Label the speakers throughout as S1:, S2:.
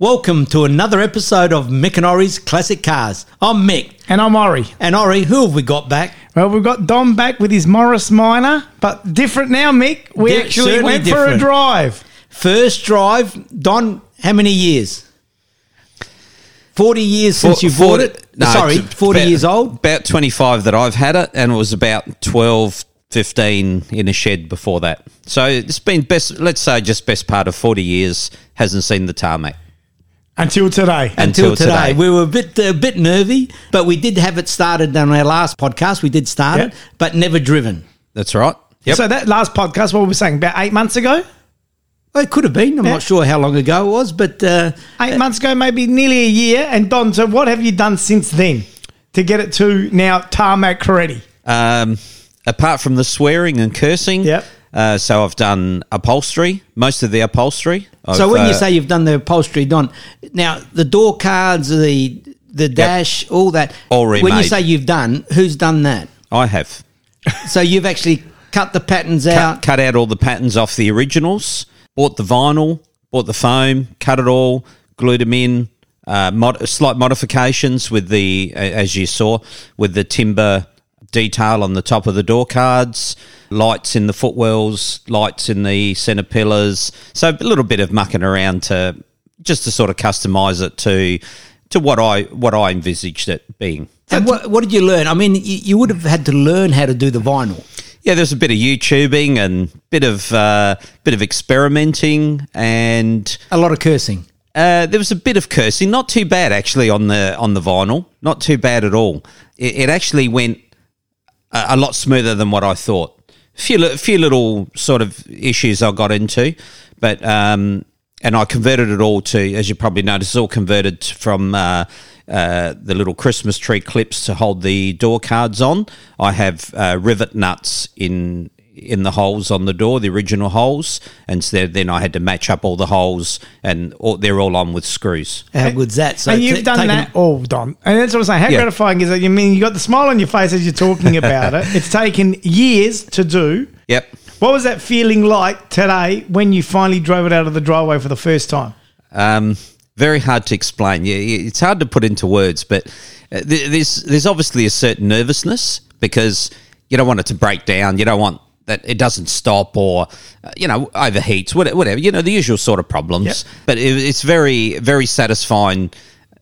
S1: Welcome to another episode of Mick and Ori's Classic Cars. I'm Mick.
S2: And I'm Ori.
S1: And Ori, who have we got back?
S2: Well, we've got Dom back with his Morris Minor, but different now, Mick. We
S1: Di-
S2: actually
S1: certainly
S2: went for a
S1: different.
S2: drive.
S1: First drive, Don, how many years? 40 years since you bought it? Sorry,
S3: it's
S1: 40
S3: about-
S1: years old?
S3: About 25 that I've had it, and it was about 12, 15 in a shed before that. So it's been best, let's say, just best part of 40 years, hasn't seen the tarmac.
S2: Until today.
S1: Until
S3: until
S1: today.
S3: today.
S1: We were a bit, a bit nervy, but we did have it started on our last podcast. We did start
S2: Yep.
S1: it, but never driven.
S3: That's right. Yep.
S2: So that last podcast, what were we saying? About eight months ago?
S1: Well, it could have been. I'm
S2: Yeah.
S1: not sure how long ago it was, but uh,
S2: Eight months ago, maybe nearly a year. And Don, so what have you done since then to get it to now tarmac ready?
S3: Um, apart from the swearing and cursing,
S2: Yep.
S3: uh, so I've done upholstery, most of the upholstery.
S1: So
S3: I've,
S1: when you
S3: uh,
S1: say you've done the upholstery, Don, now the door cards, the the dash, all that.
S3: All
S1: When you
S3: remade.
S1: say you've done, who's done that?
S3: uh, I have
S1: So you've actually cut the patterns
S3: cut,
S1: out.
S3: cut out all the patterns off the originals, bought the vinyl, bought the foam, cut it all, glued them in. Uh, mod- slight modifications with the, a- as you saw, with the timber detail on the top of the door cards, lights in the footwells, lights in the centre pillars. So a little bit of mucking around to just to sort of customise it to to what I what I envisaged it being.
S1: And what, what did you learn? I mean, you, you would have had to learn how to do the vinyl.
S3: Yeah, there's a bit of YouTubing and bit of uh, bit of experimenting, and
S1: A lot of cursing.
S3: uh, there was a bit of cursing. Not too bad actually on the on the vinyl. Not too bad at all. It, it actually went a, a lot smoother than what I thought. A few li- few little sort of issues I got into, but um, and I converted it all to, as you probably noticed, it's all converted t- from. Uh, uh, the little Christmas tree clips to hold the door cards on. I have uh, rivet nuts in in the holes on the door, the original holes, and so then I had to match up all the holes, and all, they're all on with screws.
S1: How good's that? So
S2: and you've
S1: t-
S2: done
S1: taking-
S2: that all, Don. And that's what I'm saying. How
S3: Yeah.
S2: gratifying is that? You mean you got the smile on your face as you're talking about it. It's taken years to do.
S3: Yep.
S2: What was that feeling like today when you finally drove it out of the driveway for the first time?
S3: Um, very hard to explain. Yeah, yeah, It's hard to put into words, but uh, th- there's there's obviously a certain nervousness because you don't want it to break down. You don't want that it doesn't stop or uh, you know overheats, whatever, whatever. You know the usual sort of problems. But it, it's very very satisfying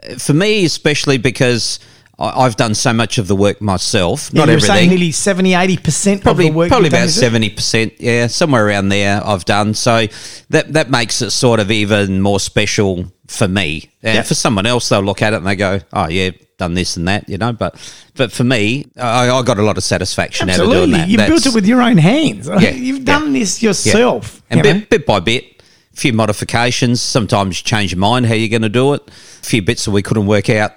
S3: uh, for me, especially because. I- I've done so much of the work myself. Not
S2: you were
S3: everything
S2: saying nearly 70, 80%
S3: probably
S2: of the work.
S3: probably
S2: you've done,
S3: about
S2: is it?
S3: seventy percent, yeah, somewhere around there. I've done so that that makes it sort of even more special for me. And
S2: Yeah.
S3: for someone else, they'll look at it and they go, "Oh yeah, done this and that," you know. But but for me, I, I got a lot of satisfaction out of
S2: Absolutely.
S3: doing that.
S2: You
S3: That's-
S2: built it with your own hands.
S3: Yeah,
S2: You've
S3: yeah.
S2: done this
S3: yeah.
S2: yourself.
S3: and
S2: you know?
S3: bit, bit by bit. A few modifications. Sometimes you change your mind how you're going to do it. A few bits that we couldn't work out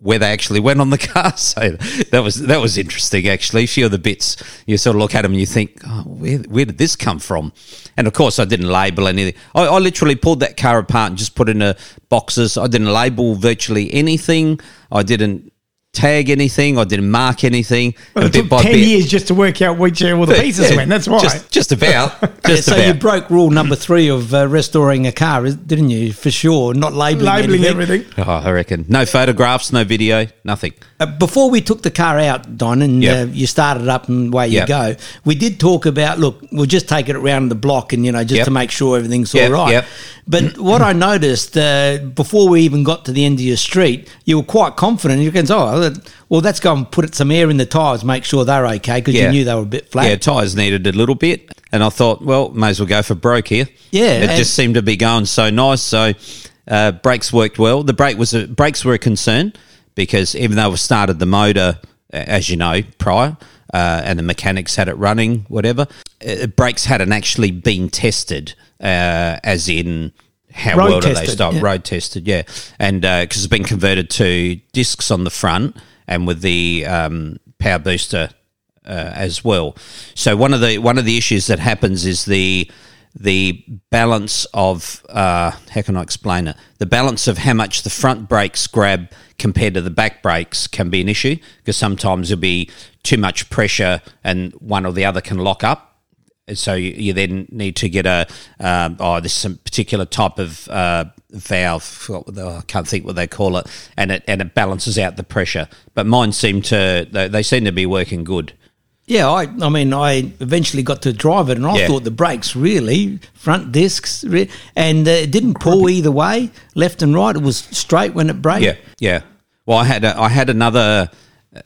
S3: where they actually went on the car. So that was that was interesting. Actually, a few of the bits you sort of look at them and you think, oh, where where did this come from? And of course, I didn't label anything. I, I literally pulled that car apart and just put it in a boxes. I didn't label virtually anything. I didn't tag anything. I didn't mark anything.
S2: Well, it
S3: And bit
S2: took
S3: by
S2: 10
S3: bit-
S2: years just to work out which uh, all the pieces
S3: Yeah,
S2: went. That's why.
S3: Just, just about.
S1: Yeah,
S3: Just
S1: so
S3: about.
S1: you broke rule number three of uh, restoring a car, is- didn't you? For sure, not labeling,
S2: Labeling
S1: anything.
S2: everything.
S3: Oh, I reckon. No photographs, no video, nothing.
S1: Uh, before we took the car out, Don, and
S3: Yep.
S1: uh, you started up and away
S3: Yep.
S1: you go, we did talk about look, we'll just take it around the block and, you know, just
S3: Yep.
S1: to make sure everything's
S3: Yep,
S1: all right.
S3: yep.
S1: But what I noticed uh, before we even got to the end of your street, you were quite confident. You can say, oh, that- well, let's go and put some air in the tyres, make sure they're okay, because you knew they were a bit flat.
S3: Yeah, tyres needed a little bit. And I thought, well, may as well go for broke here.
S1: Yeah,
S3: It
S1: and-
S3: just seemed to be going so nice. So uh, brakes worked well. The brake was a, brakes were a concern because even though we started the motor, a- as you know, prior, uh, and the mechanics had it running, whatever, uh, brakes hadn't actually been tested, uh, as in how
S2: Road
S3: well do they
S2: tested,
S3: stop?
S2: yeah.
S3: Road tested, yeah. And because it's been converted to discs on the front and with the um, power booster uh, as well. So one of the one of the issues that happens is the the balance of uh, how can I explain it? The balance of how much the front brakes grab compared to the back brakes can be an issue because sometimes there'll be too much pressure and one or the other can lock up so you, you then need to get a um, oh this some particular type of uh, valve. forgot what they- I can't think what they call it, and it and it balances out the pressure. But mine seem to they, they seem to be working good.
S1: Yeah, I, I mean, I eventually got to drive it, and I
S3: Yeah.
S1: thought the brakes really front discs, re- and uh, it didn't pull either way, left and right. It was straight when it braked.
S3: Yeah, yeah. Well, I had a, I had another.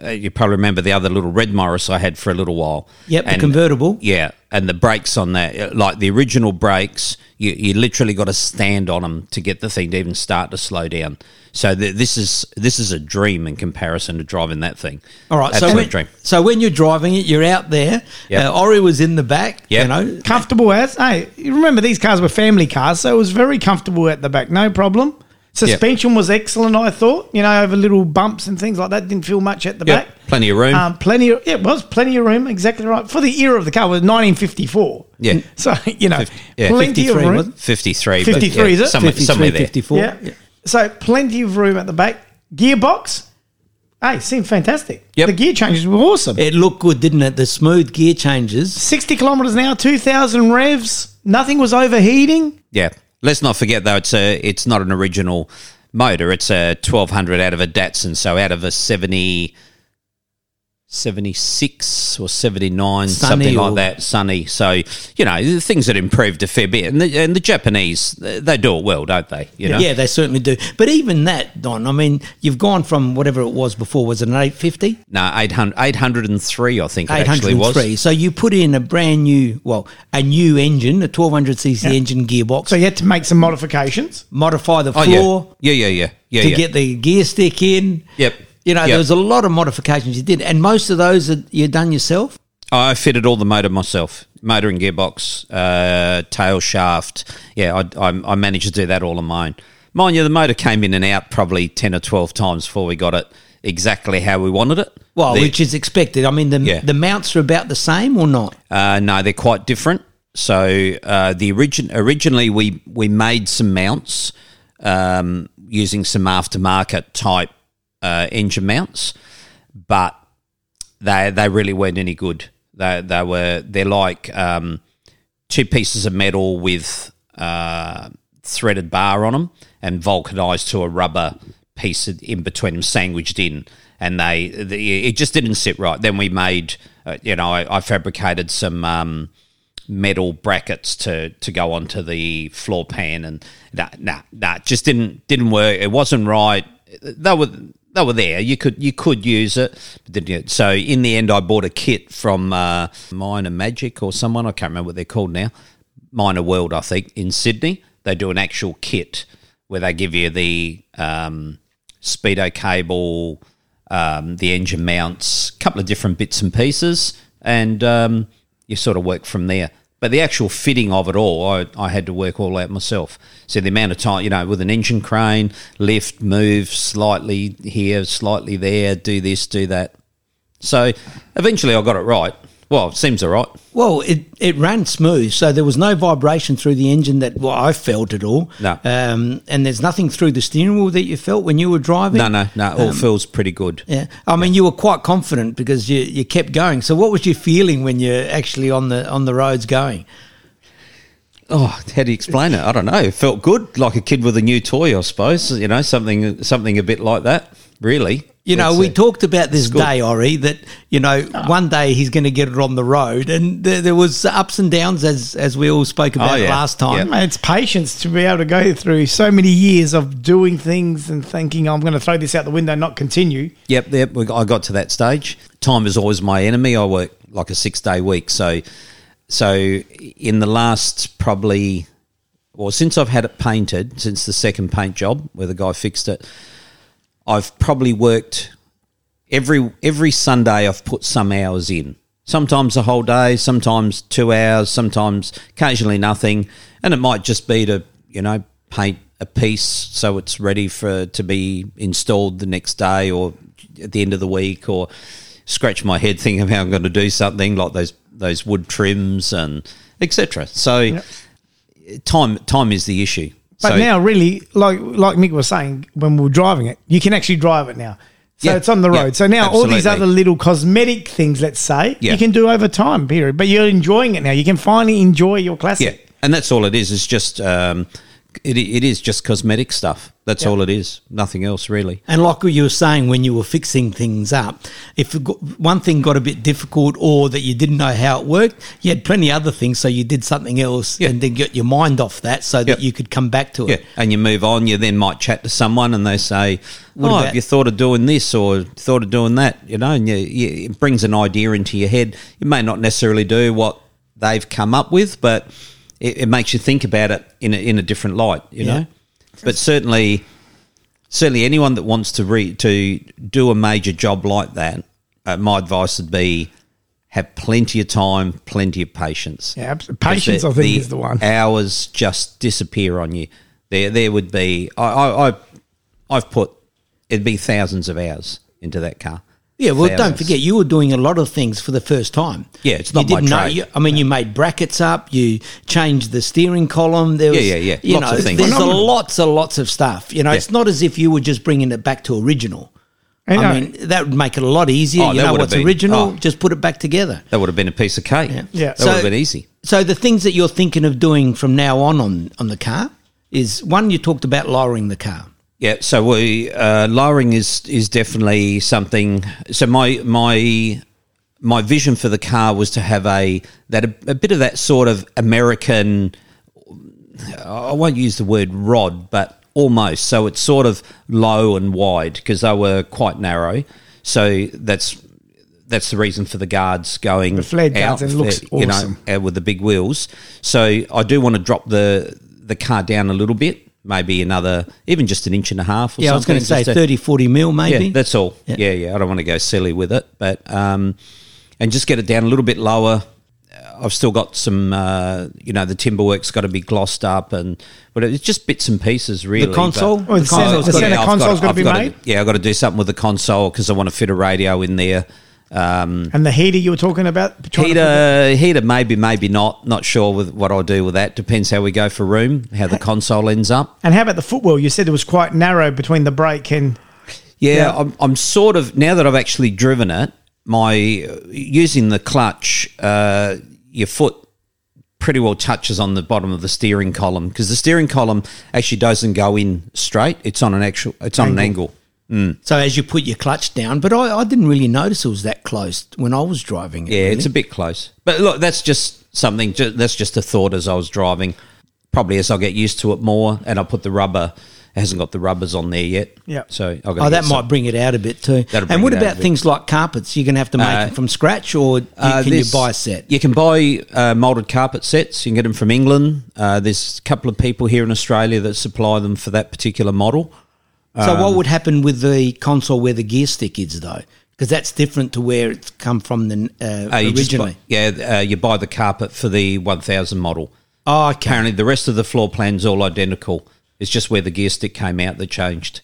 S3: Uh, you probably remember the other little red Morris I had for a little while. uh,
S1: Yep, the convertible.
S3: Yeah, and the brakes on that, uh, like the original brakes, you, you literally got to stand on them to get the thing to even start to slow down. So th- this is this is a dream in comparison to driving that thing.
S1: All right, so
S3: absolute
S1: when,
S3: dream.
S1: so when you're driving it, you're out there.
S3: Yep.
S1: Uh, Ori was in the back.
S3: Yep.
S1: You know,
S2: comfortable as hey you remember these cars were family cars so it was very comfortable at the back no problem suspension was excellent i thought you know over little bumps and things like that didn't feel much at the
S3: Yep,
S2: back
S3: plenty of room.
S2: um, plenty of, it was plenty of room exactly right for the era of the car it was 1954
S3: Yeah.
S2: so you know
S3: Fif- yeah,
S2: plenty of
S1: 53,
S2: room
S1: wasn't it?
S3: Fifty three.
S2: 53, is it?
S3: Somewhere,
S1: 53,
S3: somewhere there.
S1: 54.
S2: Yeah. So plenty of room at the back. Gearbox. Hey, seemed fantastic.
S3: Yep.
S2: The gear changes were awesome.
S1: It looked good, didn't it? The smooth gear changes.
S2: 60 kilometers an hour, 2,000 revs. Nothing was overheating.
S3: Yeah. Let's not forget though, it's a it's not an original motor. It's a twelve hundred out of a Datsun, so out of a 70, 76 or seventy nine,
S1: Sunny
S3: something
S1: or-
S3: like that. Sunny. So you know the things that improved a fair bit, and the, and the Japanese they they do it well, don't they? You know.
S1: Yeah, they certainly do. But even that, Don, I mean, you've gone from whatever it was before, was it an 850?
S3: No, 800, 803, I think it actually was.
S1: 803. So you put in a brand new, well, a new engine, a 1200cc engine gearbox,
S2: So you had to make some modifications.
S1: modify the
S3: Oh
S1: floor
S3: yeah, yeah, yeah, yeah, yeah.
S1: to
S3: yeah.
S1: get the gear stick in.
S3: Yep.
S1: You know,
S3: Yep.
S1: there was a lot of modifications you did, and most of those that you done yourself.
S3: I fitted all the motor myself, motor and gearbox, uh, tail shaft. Yeah, I, I, I managed to do that all on my own. Mind you, the motor came in and out probably ten or twelve times before we got it exactly how we wanted it.
S1: Well,
S3: They-
S1: which is expected. I mean, the
S3: Yeah.
S1: the mounts are about the same or not?
S3: uh, no, they're quite different. So uh, the origin originally we we made some mounts um, using some aftermarket type uh, engine mounts, but they they really weren't any good. They they were they're like um, two pieces of metal with uh, threaded bar on them and vulcanized to a rubber piece in between them, sandwiched in. And they, the it just didn't sit right. Then we made, uh, you know, I, I fabricated some um, metal brackets to to go onto the floor pan, and nah, nah, nah, it just didn't didn't work. It wasn't right. They were they were there. You could you could use it, but didn't. You? So in the end, I bought a kit from uh, Minor Magic or someone. I can't remember what they're called now. Minor World, I think, in Sydney. They do an actual kit where they give you the um, speedo cable, um, the engine mounts, a couple of different bits and pieces, and um, you sort of work from there. But the actual fitting of it all, I, I had to work all out myself. So the amount of time, you know, with an engine crane, lift, move slightly here, slightly there, do this, do that. So eventually I got it right. Well, it seems all right.
S1: Well, it, it ran smooth, so there was no vibration through the engine that well, I felt at all.
S3: No.
S1: um, and there's nothing through the steering wheel that you felt when you were driving.
S3: No, no, no, it all feels pretty good.
S1: Yeah, I mean, you were quite confident because you, you kept going. So, what was your feeling when you're actually on the on the roads going?
S3: oh, how do you explain it? I don't know. It felt good, like a kid with a new toy, I suppose. You know, something something a bit like that. Really,
S1: You know,
S3: It's,
S1: we
S3: uh,
S1: talked about this
S3: good.
S1: day, Ori, that you know one day he's going to get it on the road, and there, there was ups and downs as as we all spoke about
S3: Oh, yeah.
S1: last time.
S2: Man, it's patience to be able to go through so many years of doing things and thinking, I'm going to throw this out the window and not continue.
S3: Yep, yep. We, I got to that stage. Time is always my enemy. I work like a six day week, so so in the last probably well since I've had it painted since the second paint job where the guy fixed it, I've probably worked every every Sunday. I've put some hours in. Sometimes a whole day, sometimes two hours, sometimes occasionally nothing, and it might just be to you know paint a piece so it's ready for to be installed the next day or at the end of the week, or scratch my head thinking how I'm going to do something like those those wood trims and etc. So time time is the issue.
S2: But
S3: so,
S2: now, really, like like Mick was saying, when we were driving it, you can actually drive it now. So
S3: Yeah,
S2: it's on the
S3: yeah,
S2: road. so now all these
S3: absolutely.
S2: other little cosmetic things, let's say,
S3: Yeah.
S2: you can do over time, period. But you're enjoying it now. You can finally enjoy your classic.
S3: Yeah, and that's all it is. It's just um, g- it, it is just cosmetic stuff. That's all it is. Nothing else really.
S1: And like you were saying when you were fixing things up, if it got, one thing got a bit difficult or that you didn't know how it worked, you had plenty other things, so you did something else
S3: Yeah.
S1: and then get your mind off that so that
S3: Yep.
S1: you could come back to
S3: Yeah,
S1: it.
S3: and you move on. You then might chat to someone, and they say,
S1: What
S3: "Oh,
S1: about-
S3: have you thought of doing this or thought of doing that?" You know, and you, you, it brings an idea into your head. You may not necessarily do what they've come up with, but it, it makes you think about it in a, in a different light. You
S1: Yeah.
S3: know, but certainly, certainly anyone that wants to re- to do a major job like that, uh, my advice would be have plenty of time, plenty of patience.
S2: Yeah, abs- patience, I
S3: Because
S2: think, is the one.
S3: Hours just disappear on you. There, there would be. I, I, I I've put it'd be thousands of hours into that car.
S1: Yeah, well, don't
S3: Thousands.
S1: forget you were doing a lot of things for the first time.
S3: Yeah, it's not
S1: you
S3: my
S1: didn't know.
S3: trade.
S1: You, I mean, you made brackets up. You changed the steering column. There was,
S3: yeah, yeah.
S1: You
S3: Lots
S1: know,
S3: of things.
S1: there's a
S2: Phenomenal.
S1: lots and lots of stuff. You know,
S3: Yeah.
S1: it's not as if you were just bringing it back to original. I,
S2: And, uh,
S1: mean, that would make it a lot easier.
S3: Oh,
S1: you
S3: that
S1: know
S3: would've
S1: what's
S3: been-
S1: original,
S3: oh.
S1: just put it back together.
S3: That would have been a piece of cake.
S2: Yeah.
S3: that would have been easy.
S1: So the things that you're thinking of doing from now on on, on the car is one you talked about lowering the car.
S3: Yeah, so we uh, lowering is is definitely something. So my my my vision for the car was to have a that a, a bit of that sort of American. I won't use the word rod, but almost. So it's sort of low and wide because they were quite narrow. So that's that's the reason for the guards going the
S2: flared guards,
S3: out,
S2: it looks
S3: you know,
S2: awesome.
S3: uh, with the big wheels. So I do want to drop the the car down a little bit, maybe another, even just an inch and a half. or
S1: Yeah, I was
S3: something,
S1: going to say
S3: just to-
S1: 30, 40 mil maybe.
S3: Yeah, that's all.
S1: Yeah.
S3: Yeah. yeah, I don't want to go silly with it, but um, and just get it down a little bit lower. Uh, I've still got some, uh, you know, the timber work's got to be glossed up, and but it's just bits and pieces, really. but-
S1: console? Oh,
S2: the
S1: The console's
S2: centre- the
S1: gotta-
S2: centre
S3: I've
S2: console's got to
S3: I've
S2: be made.
S3: yeah, I've got to do something with the console because I want to fit a radio in there.
S2: And the heater you were talking about? trying to put the-
S3: Heater, heater, maybe, maybe not. Not sure with what I'll do with that. Depends how we go for room, how the console ends up.
S2: And how about the footwell? You said it was quite narrow between the brake and
S3: Yeah,
S2: Yeah.
S3: I'm, I'm sort of now that I've actually driven it. My using the clutch, uh, your foot pretty well touches on the bottom of the steering column because the steering column actually doesn't go in straight. It's on an actual. It's on an angle.
S1: So as you put your clutch down, but I, I didn't really notice it was that close when I was driving it.
S3: Yeah, it's a bit close. But look, that's just something. Ju- that's just a thought as I was driving. Probably as I get used to it more, and I put the rubber. It hasn't got the rubbers on there yet.
S2: Yeah.
S3: So I've got.
S1: Oh, that might bring it out a bit too.
S3: That'll
S1: And
S3: bring
S1: what
S3: it out a
S1: about
S3: bit.
S1: things like carpets? You're going to have to make
S3: Uh,
S1: them from scratch, or you,
S3: Uh,
S1: can
S3: this-
S1: you buy a set?
S3: You can buy uh, molded carpet sets. You can get them from England. Uh, there's a couple of people here in Australia that supply them for that particular model.
S1: So
S3: um,
S1: what would happen with the console where the gear stick is though? Because that's different to where it's come from the uh,
S3: Uh, you just
S1: originally.
S3: buy- yeah, uh, you buy the carpet for the 1000 model.
S1: oh, okay.
S3: Apparently, the rest of the floor plan's all identical. It's just where the gear stick came out that changed,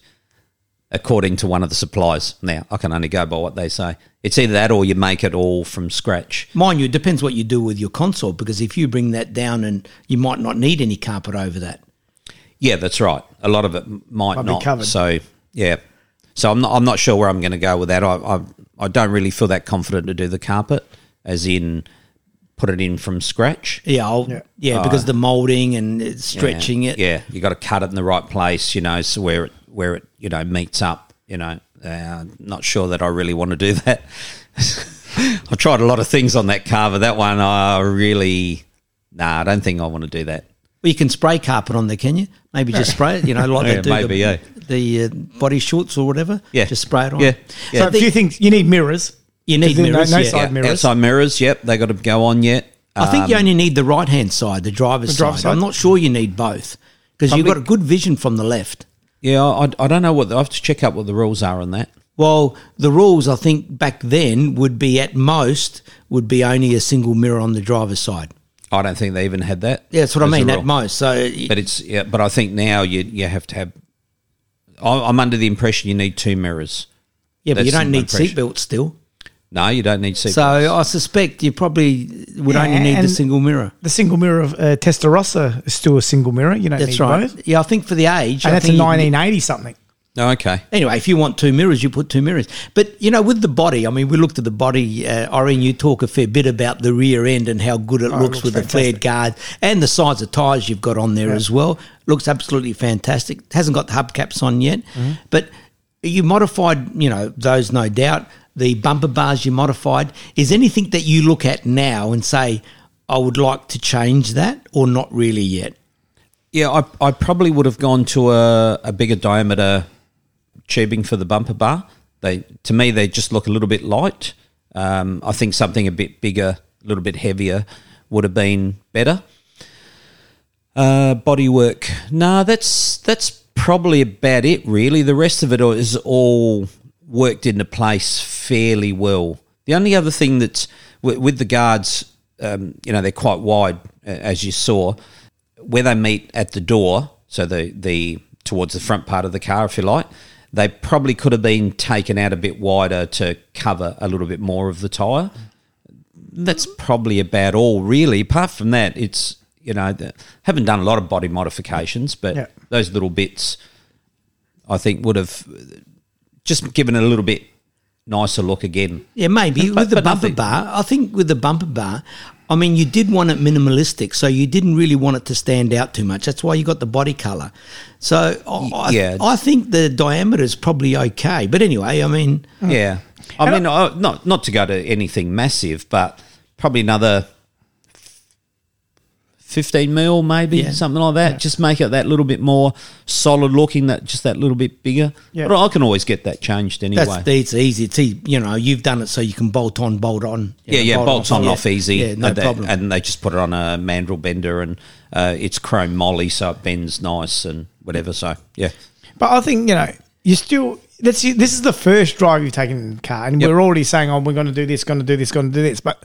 S3: according to one of the suppliers. Now, I can only go by what they say. It's either that or you make it all from scratch.
S1: Mind you, it depends what you do with your console because if you bring that down and you might not need any carpet over that.
S3: Yeah, that's right. A lot of it m- might,
S2: Might be
S3: not.
S2: covered.
S3: So yeah, so I'm not. I'm not sure where I'm going to go with that. I, I I don't really feel that confident to do the carpet, as in put it in from scratch.
S1: Yeah, I'll, yeah,
S2: Yeah.
S1: because the molding and it's stretching
S3: yeah.
S1: it.
S3: Yeah, you got to cut it in the right place. You know, so where it where it you know meets up. You know, uh, not sure that I really want to do that. I tried a lot of things on that car, but that one I really nah. I don't think I want to do that.
S1: Well, you can spray carpet on there, can you? Maybe just spray it, you know, like
S3: Yeah,
S1: they do
S3: maybe, yeah.
S1: the, the uh, body shorts or whatever.
S3: Yeah.
S1: Just spray it on.
S3: Yeah. Yeah.
S2: so a
S1: the-
S2: few things. You need mirrors.
S1: You need
S2: There's no-
S1: mirrors.
S2: no
S1: yeah.
S2: side
S1: Yeah.
S2: mirrors.
S3: Outside mirrors. Yep, they got to go on Uh, yet.
S1: I think
S3: Um,
S1: you only need the right hand side, the driver's,
S2: The driver's
S1: side. I'm
S2: side?
S1: not sure you need both because you've got a good vision from the left.
S3: Yeah, I, I don't know what the, I have to check out what the rules are on that.
S1: Well, the rules I think back then would be at most would be only a single mirror on the driver's side.
S3: I don't think they even had that.
S1: Yeah, that's what
S3: as
S1: I
S3: a
S1: mean.
S3: rule.
S1: At most, so y-
S3: but it's yeah, but I think now you you have to have. I- I'm under the impression you need two mirrors.
S1: yeah, but you
S3: that's
S1: don't
S3: my
S1: need
S3: impression.
S1: seatbelts still.
S3: No, you don't need seat.
S1: So I suspect you probably would
S2: Yeah,
S1: only need the
S2: and-
S1: single mirror.
S2: The single mirror of uh, Testarossa is still a single mirror. You don't
S1: That's
S2: need
S1: right.
S2: both.
S1: Yeah, I think for the age, I
S2: And that's a
S1: think you-
S2: 1980 something.
S3: Oh, okay.
S1: Anyway, if you want two mirrors, you put two mirrors. But you know, with the body, I mean, we looked at the body. Uh, Irene, you talk a fair bit about the rear end and how good Oh, it,
S2: it
S1: looks,
S2: looks
S1: with the flared
S2: fantastic.
S1: guard and the size of tires you've got on there as well. Looks absolutely fantastic. Hasn't got the hubcaps on yet, but you modified, you know, those no doubt. The bumper bars you modified. Is anything that you look at now and say, I would like to change that, or not really yet?
S3: Yeah, I, I probably would have gone to a, a bigger diameter tubing for the bumper bar. They to me they just look a little bit light. Um, I think something a bit bigger, a little bit heavier would have been better. Uh, body work, nah, that's that's probably about it. Really, the rest of it is all worked into place fairly well. The only other thing that's with, with the guards, um, you know, they're quite wide, a- as you saw where they meet at the door, so the the towards the front part of the car, if you like, they probably could have been taken out a bit wider to cover a little bit more of the tire. That's probably about all, really. Apart from that, it's you know the, haven't done a lot of body modifications, but
S2: Yeah.
S3: those little bits, I think, would have just given it a little bit nicer look again.
S1: Yeah, maybe
S3: But-
S1: with the
S3: but
S1: bumper
S3: nothing.
S1: bar. I think with the bumper bar, I mean, you did want it minimalistic, so you didn't really want it to stand out too much. That's why you got the body color. So I, I-
S3: yeah.
S1: I, think the diameter is probably okay. But anyway, I mean,
S3: Yeah, I mean, I, not not to go to anything massive, but probably another fifteen mil, maybe
S1: Yeah.
S3: something like that. Just make it that little bit more solid looking, that just that little bit bigger.
S2: Yeah.
S3: But I can always get that changed anyway.
S1: that's it's easy. It's easy. you know you've done it, so you can bolt on, bolt on. you
S3: yeah,
S1: know,
S3: yeah, bolts on
S1: Yeah.
S3: off easy.
S1: Yeah, no
S3: and they,
S1: problem.
S3: And they just put it on a mandrel bender, and uh, it's chrome molly, so it bends nice and whatever. So yeah,
S2: But I think you know you still. Let's. see, This is the first drive you've taken in the car, and
S3: Yep.
S2: we're already saying, "Oh, we're going to do this, going to do this, going to do this." But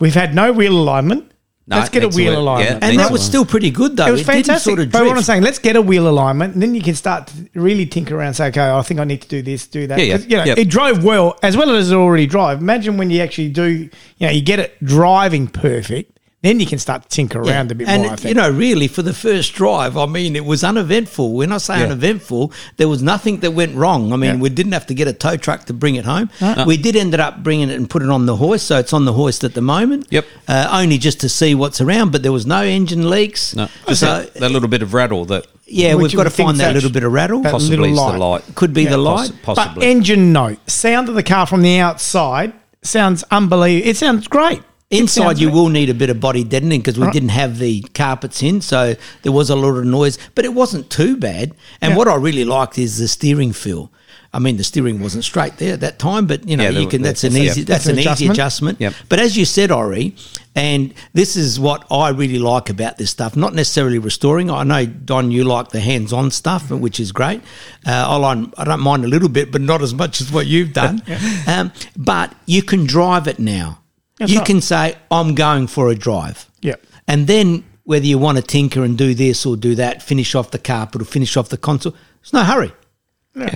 S2: we've had no wheel alignment.
S3: No,
S2: let's get a
S3: needs
S2: wheel
S3: yeah,
S2: alignment.
S1: and
S3: needs
S1: that was
S3: one.
S1: still pretty good though.
S2: it was
S1: didn't
S2: fantastic.
S1: sort of
S2: but what I'm
S1: drift.
S2: saying, let's get a wheel alignment, and then you can start to really tinker around. and Say, okay, I think I need to do this, do that.
S3: Yeah, yeah.
S2: 'Cause, You know,
S3: Yep.
S2: it drove well as well as it already drive. Imagine when you actually do, you know, you get it driving perfect, then you can start to tinker
S1: Yeah.
S2: around a bit
S1: and
S2: more. I think.
S1: you know, really, for the first drive, I mean, it was uneventful. When I say
S3: Yeah.
S1: uneventful, there was nothing that went wrong. I mean,
S2: Yeah.
S1: we didn't have to get a tow truck to bring it home.
S3: No.
S1: We did end up bringing it and put it on the hoist, so it's on the hoist at the moment.
S3: Yep.
S1: Uh, only just to see what's around, but there was no engine leaks.
S3: No, just
S1: So
S3: that, that little bit of rattle that
S1: yeah,
S2: Which
S1: we've got to
S2: you think
S1: find that
S2: that's-
S1: little bit of rattle.
S2: that
S3: possibly is
S2: little
S3: the
S2: light.
S3: light.
S1: Could be the light.
S3: Possi- possibly.
S2: But engine note, sound of the car from the outside sounds unbelievable. It sounds great. It
S1: Inside,
S2: sounds
S1: you
S2: great.
S1: will need a bit of body deadening because we
S2: Right.
S1: didn't have the carpets in, so there was a lot of noise, but it wasn't too bad. And
S2: Yeah.
S1: what I really liked is the steering feel. I mean, the steering wasn't straight there at that time, but you know,
S3: Yeah,
S1: you
S3: there-
S1: can.
S3: there-
S1: That's an
S3: yeah.
S1: easy. That's,
S2: That's an
S1: an, easy
S2: adjustment.
S1: adjustment.
S3: Yep.
S1: But as you said, Ori, and this is what I really like about this stuff. Not necessarily restoring. I know Don, you like the hands-on stuff, which is great. Uh, I like, I don't mind a little bit, but not as much as what you've done. um, but you can drive it now.
S2: That's
S1: you
S2: right.
S1: can say, "I'm going for a drive."
S2: Yeah.
S1: And then whether you want to tinker and do this or do that, finish off the carpet or finish off the console, there's no hurry.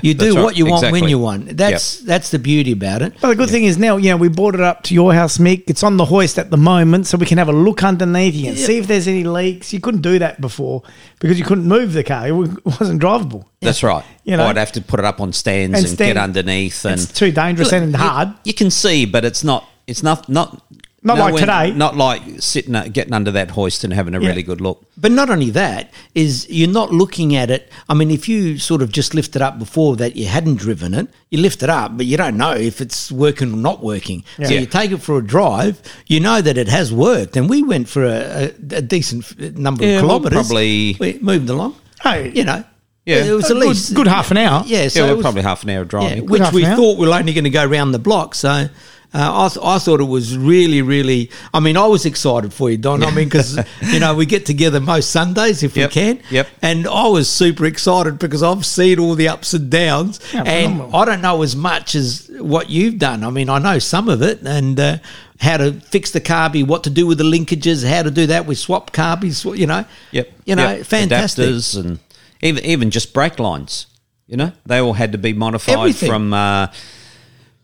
S1: You do
S3: That's right.
S1: what you want when
S3: Exactly.
S1: you want. That's that's the beauty about it.
S2: But the good thing is now, you know, we brought it up to your house, Mick. It's on the hoist at the moment, so we can have a look underneath you and see if there's any leaks. You couldn't do that before because you couldn't move the car; it wa- wasn't drivable.
S3: That's right.
S2: You know?
S3: I'd have to put it up on stands and,
S2: And stand-
S3: get underneath, and
S2: It's too dangerous
S3: Look,
S2: and
S3: you-
S2: hard.
S3: You, can see, but it's not. It's not not
S2: Not like
S3: nowhere-
S2: today.
S3: Not like sitting uh, getting under that hoist and having a
S2: Yeah.
S3: really good look.
S1: But not only that is you're not looking at it. I mean, if you sort of just lift it up before that you hadn't driven it, you lift it up, but you don't know if it's working or not working. So
S2: Yeah.
S1: you take it for a drive, you know that it has worked, and we went for a, a, a decent f- number
S3: Yeah,
S1: of
S3: well,
S1: kilometres.
S3: probably-
S1: we moved along.
S2: Hey.
S1: you know,
S3: Yeah.
S1: it was
S2: A
S1: at
S2: good-
S1: least
S2: good half an hour.
S1: Yeah, so
S3: yeah,
S1: it
S3: we're
S1: was-
S3: probably half an hour
S1: yeah,
S3: driving.
S1: which
S2: half
S1: we
S2: an hour.
S1: thought we were only going to go round the block. So uh, I, th- I thought it was really, really. I mean, I was excited for you, Don. I mean, because you know we get together most Sundays if
S3: Yep,
S1: we can.
S3: yep.
S1: And I was super excited because I've seen all the ups and downs,
S2: Yeah,
S1: and
S2: phenomenal.
S1: I don't know as much as what you've done. I mean, I know some of it, and. Uh, how to fix the carby, what to do with the linkages, how to do that. We swap carbies, you know.
S3: Yep.
S1: You know,
S3: Yep.
S1: fantastic.
S3: Adapters and even even just brake lines. You know, they all had to be modified
S1: Everything.
S3: from uh,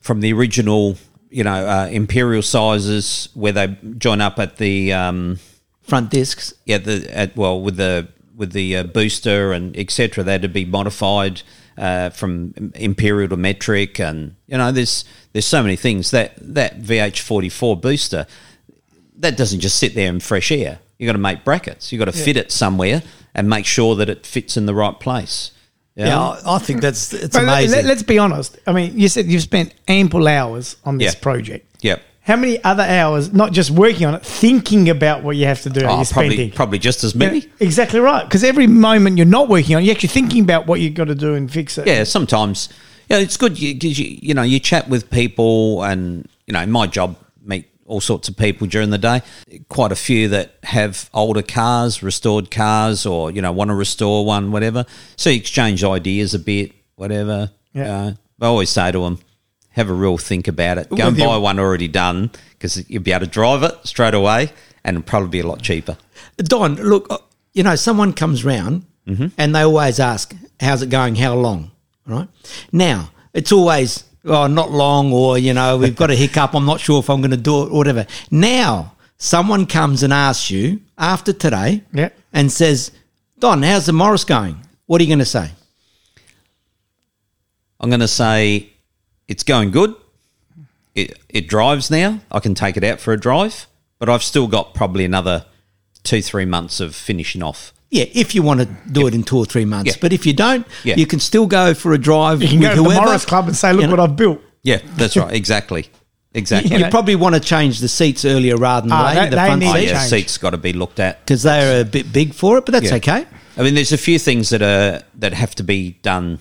S3: from the original. You know, uh, imperial sizes where they join up at the um,
S1: Front discs.
S3: yeah the at, well with the with the uh, booster and etc. That would be modified uh, from imperial to metric, and you know, there's there's so many things that that VH44 booster that doesn't just sit there in fresh air. You got to make brackets. You got to fit it somewhere and make sure that it fits in the right place. You
S1: Yeah,
S3: know?
S1: I, I think that's it's
S2: But let-
S1: amazing.
S2: Let, us be honest. I mean, you said you've spent ample hours on this
S3: Yeah.
S2: project.
S3: Yep.
S2: How many other hours, not just working on it, thinking about what you have to
S1: Ah,
S2: do,
S3: Oh,
S2: how you're
S3: probably
S2: spending?
S3: probably just as
S2: Yeah,
S3: many.
S2: exactly right. Because every moment you're not working on it, you're actually thinking about what you've got to do and fix it.
S3: yeah, sometimes yeah, it's good because you, you know you chat with people, and you know my job meet all sorts of people during the day. Quite a few that have older cars, restored cars, or you know want to restore one, whatever. So you exchange ideas a bit, whatever.
S2: Yeah.
S3: Uh, I always say to them, have a real think about it. Go and
S2: With your-
S3: buy one already done because you'll be able to drive it straight away, and it'll probably be a lot cheaper.
S1: Don, look, uh, you know, someone comes round
S2: Mm-hmm.
S1: and they always ask, "How's it going? How long?" Right now, it's always, "Oh, not long," or you know, "We've got a hiccup. I'm not sure if I'm going to do it," or whatever. Now, someone comes and asks you after today,
S2: Yeah.
S1: and says, "Don, how's the Morris going?" What are you going to say?
S3: I'm going to say it's going good. It it drives now. I can take it out for a drive, but I've still got probably another two three months of finishing off.
S1: Yeah, if you want to do it in two or three months,
S3: Yeah.
S1: but if you don't,
S3: Yeah.
S1: you can still go for a drive
S2: You can
S1: with
S2: go to the
S1: whoever.
S2: Morris Club and say, look
S1: You know,
S2: what I've built.
S3: Yeah, that's right. Exactly. Exactly.
S1: You
S2: know.
S1: probably want to change the seats earlier rather than
S2: Ah,
S1: later.
S2: they-
S1: the
S2: they
S1: front
S2: need
S3: Oh,
S1: seats.
S3: yeah,
S2: change.
S3: seats got to be looked at.
S1: because they're a bit big for it, but that's
S3: Yeah.
S1: okay.
S3: I mean, there's a few things that are that have to be done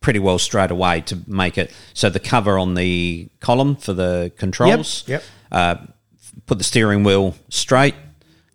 S3: pretty well straight away to make it. So the cover on the column for the controls.
S2: yep.
S3: Uh, put the steering wheel straight,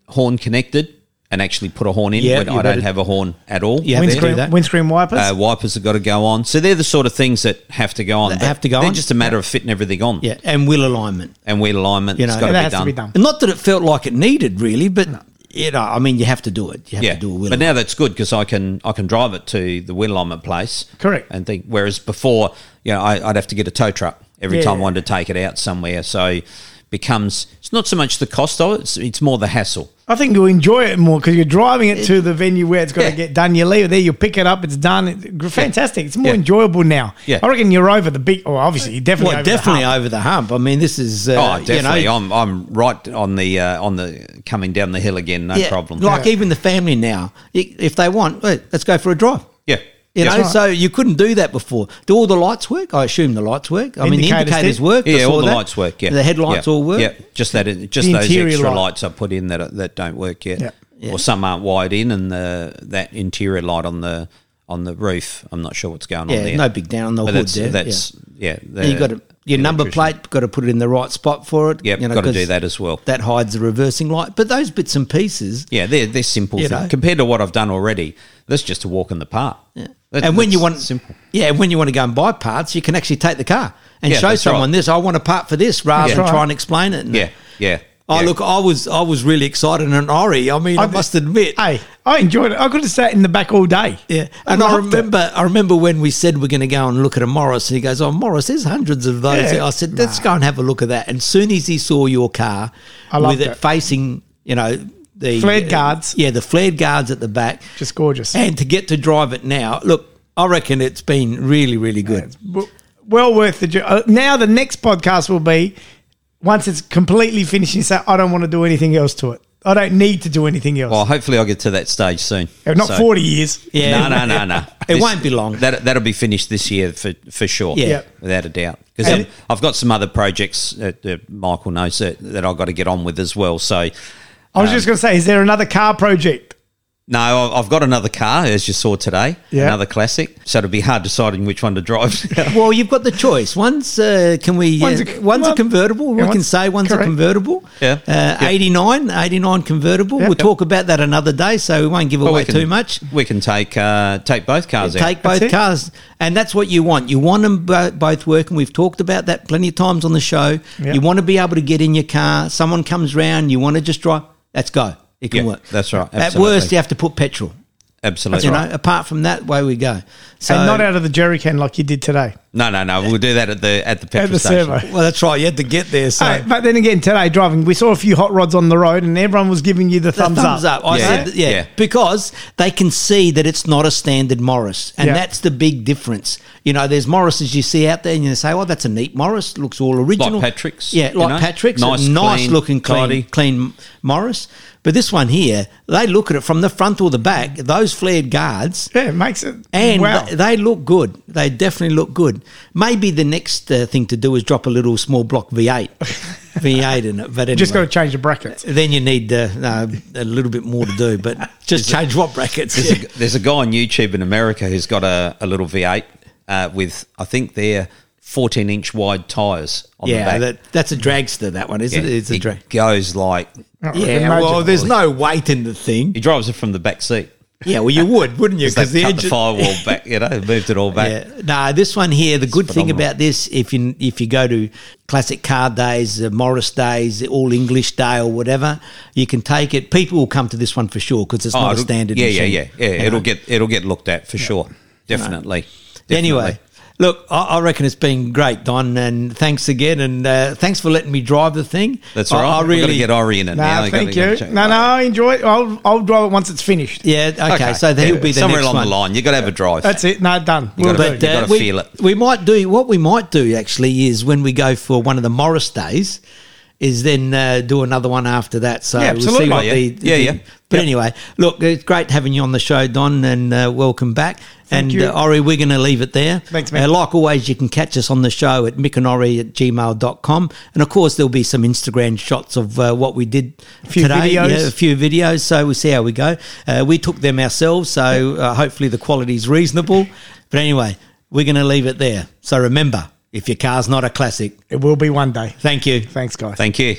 S3: horn connected, and actually put a horn in.
S1: Yeah,
S3: when
S1: you
S3: I don't
S1: better-
S3: have a horn at all.
S1: Yeah, have to do
S2: windscreen,
S1: that.
S2: windscreen wipers.
S3: Uh, wipers have got to go on. So they're the sort of things that have to go on.
S1: That
S3: but
S1: have to go
S3: They're
S1: on?
S3: just a matter of fitting everything on.
S1: Yeah, and wheel alignment.
S3: And wheel alignment.
S1: You
S3: it's
S1: know, Yeah,
S3: got to,
S2: that
S3: be
S2: has to be done.
S1: And not that it felt like it needed really, but you know, I mean, you have to do it. You have
S3: Yeah,
S1: to do a wheel.
S3: but
S1: alignment.
S3: now that's good because I can I can drive it to the wheel alignment place.
S2: Correct.
S3: And think whereas before, you know, I, I'd have to get a tow truck every
S2: Yeah.
S3: time I wanted to take it out somewhere. So becomes it's not so much the cost of it; it's, it's more the hassle.
S2: I think you'll enjoy it more because you're driving it to the venue where it's got
S3: Yeah.
S2: to get done. You leave it there, you pick it up, it's done. It's fantastic. It's more
S3: Yeah.
S2: enjoyable now.
S3: Yeah.
S2: I reckon you're over the big. Oh, obviously, you're definitely
S1: well,
S2: over
S1: definitely
S2: The hump.
S1: over the hump. I mean, this is uh,
S3: oh, definitely.
S1: You know,
S3: I'm I'm right on the uh, on the coming down the hill again. No
S1: yeah,
S3: problem.
S1: Like
S2: Yeah.
S1: even the family now, i- if they want, "Hey, let's go for a drive.
S3: yeah.
S1: You
S3: yeah.
S1: know, so you couldn't do that before. Do all the lights work? I assume the lights work. I mean, the
S2: Indicators
S1: indicators
S2: did.
S1: work. I
S3: Yeah, all
S1: saw
S3: the
S1: that.
S3: lights work. Yeah,
S1: the headlights
S3: Yeah.
S1: all work.
S3: Yeah, just that. Just
S2: The
S3: those
S2: interior
S3: extra
S2: light.
S3: lights I put in that that don't work yet,
S2: Yeah.
S1: Yeah.
S3: or some aren't wired in, and the that interior light on the on the roof. I'm not sure what's going
S1: Yeah,
S3: on there.
S1: no big down on the
S3: but
S1: hood
S3: that's
S1: there.
S3: that's yeah. the
S1: yeah. you got to, your number
S3: electrician.
S1: plate. Got to put it in the right spot for it.
S3: Yep,
S1: you know,
S3: got to
S1: 'cause
S3: do that as well.
S1: that hides the reversing light. But those bits and pieces,
S3: yeah, they're they're simple
S1: You
S3: things
S1: know.
S3: compared to what I've done already. That's just a walk in the park. Yeah.
S1: and when you want
S3: simple.
S1: yeah, and when you want to go and buy parts, you can actually take the car and
S3: Yeah,
S1: show
S3: that's
S1: someone
S3: right.
S1: this. I want a part for this, rather
S3: Yeah.
S1: than
S2: That's
S1: try
S2: right.
S1: and explain it. And-
S3: Yeah, yeah.
S1: Oh,
S3: yeah.
S1: look, I was I was really excited and Ori. I mean, I, must admit.
S2: Hey, I enjoyed it. I could have sat in the back all day.
S1: yeah, and I
S2: loved it.
S1: remember, I remember when we said we're going to go and look at a Morris, and he goes, "Oh, Morris, there's hundreds of those."
S2: Yeah.
S1: I said, "Let's go and have a look at that." And soon as he saw your car
S2: I loved
S1: with it,
S2: it.
S1: facing, you know, the
S2: Flared guards.
S1: yeah, the flared guards at the back,
S2: Just gorgeous.
S1: and to get to drive it now, look, I reckon it's been really, really good.
S2: W- well worth the journey. Uh, now the next podcast will be once it's completely finished. You say, I don't want to do anything else to it. I don't need to do anything else. Uh,
S3: Well, hopefully I'll get to that stage soon.
S2: Not
S3: So-
S2: forty years.
S1: Yeah.
S3: No, no, no, no.
S1: It won't be long.
S3: That that'll be finished this year for for sure.
S1: Yeah.
S2: Yep.
S3: without a doubt. Because
S2: And-
S3: I've, I've got some other projects that, that Michael knows that, that I've got to get on with as well. So
S2: I was just going to say, is there another car project?
S3: no, I- I've got another car as you saw today.
S2: Yeah.
S3: another classic. So it'll be hard deciding which one to drive.
S1: Well, you've got the choice. One's uh, can we? uh,
S2: One's
S1: one's,
S2: a-
S1: a,
S2: well,
S1: convertible.
S2: yeah,
S1: we can
S2: one's-
S1: say one's
S2: correct.
S1: a convertible.
S3: Yeah.
S1: Uh,
S3: Yeah.
S1: 89, 89 convertible.
S2: Yeah.
S1: We'll talk about that another day, so we won't give
S3: But
S1: away
S3: we can-
S1: too much.
S3: We can take uh, take both cars out.
S1: Take
S2: That's
S1: both
S2: it.
S1: cars, and that's what you want. You want them bo- both working. We've talked about that plenty of times on the show.
S2: Yeah.
S1: You want to be able to get in your car. Someone comes round. You want to just drive. Let's go. It can
S3: Yeah,
S1: work.
S3: that's right.
S1: At
S3: Absolutely.
S1: worst, you have to put petrol.
S3: Absolutely.
S1: you know, apart from that, way we go. So
S2: and not out of the jerry can like you did today.
S3: No, no, no. We'll do that at the at the petrol
S2: At the
S3: station.
S2: servo.
S1: Well, that's right. You had to get there. So
S2: Hey, but then again, today driving, we saw a few hot rods on the road, and everyone was giving you the
S1: The
S2: thumbs, up.
S1: I
S3: Yeah.
S1: said, that- yeah.
S3: Yeah.
S1: because they can see that it's not a standard Morris, and
S2: Yeah.
S1: that's the big difference. You know, there's Morrises you see out there, and you say, "Oh, that's a neat Morris. Looks all original."
S3: Patrick's,
S1: yeah, like
S3: you know?
S1: Patrick's,
S3: Nice,
S1: nice, nice
S3: clean,
S1: looking, clean,
S3: tidy.
S1: clean Morris. But this one here, they look at it from the front or the back. Those flared guards.
S2: Yeah, it makes it.
S1: And
S2: wow.
S1: th- they look good. They definitely look good. Maybe the next uh, thing to do is drop a little small block V8, V8 in it. But anyway,
S2: Just got to change the brackets.
S1: then you need uh, no, a little bit more to do. But just change what brackets.
S3: There's,
S1: Yeah.
S3: a, there's a guy on YouTube in America who's got a, a little V8 uh, with I think they're 14 inch wide tires on the
S1: Yeah,
S3: back.
S1: that, that's a dragster. That one isn't
S3: Yeah,
S1: it? It's a
S3: it
S1: drag.
S3: goes like
S2: Oh,
S1: Yeah.
S2: imagine.
S1: Well, there's no weight in the thing.
S3: he drives it from the back seat
S1: Yeah. Well, you would, wouldn't you?
S3: because
S1: Because
S3: they
S1: the
S3: cut the
S1: engine.
S3: firewall back. You know, moved it all back.
S1: Yeah. No, this one here. The good thing
S3: phenomenal.
S1: about this, if you if you go to classic car days, uh, Morris days, all English day or whatever, you can take it. People will come to this one for sure because it's not a
S3: Oh, it'll-
S1: standard.
S3: Yeah,
S1: machine, Um,
S3: yeah, yeah, yeah.
S1: you know.
S3: It'll get it'll get looked at for sure. Definitely.
S1: Anyway, look, I, I reckon it's been great, Don, and thanks again, and uh, thanks for letting me drive the thing.
S3: that's
S1: I-
S3: all right.
S1: I
S3: We've got to
S1: really
S3: get Ori in it
S2: Nah,
S3: now. We've got to
S2: thank
S3: get
S2: you.
S3: him checked.
S2: No, no, I enjoy it. I'll, I'll drive it once it's finished.
S1: Yeah. Okay. So then
S3: Yeah,
S1: he'll be the
S3: somewhere
S1: next
S3: along
S1: one.
S3: the line. You got to have a drive.
S2: That's it. No, done.
S3: You
S2: Will
S3: gotta-
S2: do.
S3: you gotta
S1: uh, we,
S3: feel it.
S1: we might do what we might do actually is when we go for one of the Morris days, is then uh, do another one after that. So
S2: Yeah,
S1: we'll
S2: absolutely.
S1: see what
S3: Oh, yeah.
S1: the,
S3: Yeah,
S1: the-
S3: yeah.
S1: But
S3: Yep.
S1: anyway, look, it's great having you on the show, Don, and uh, welcome back. and
S2: you.
S1: Uh, Ori, we're going to leave it there.
S2: Thanks, mate.
S1: Uh, like always, you can catch us on the show at mickandori at gmail.com. And of course, there'll be some Instagram shots of uh, what we did
S2: few
S1: today.
S2: videos.
S1: Yeah, a few videos. So we'll see how we go. Uh, we took them ourselves. So uh, hopefully the quality's reasonable. But anyway, we're going to leave it there. So remember, if your car's not a classic,
S2: It will be one day.
S1: thank you.
S2: Thanks, guys.
S3: Thank you.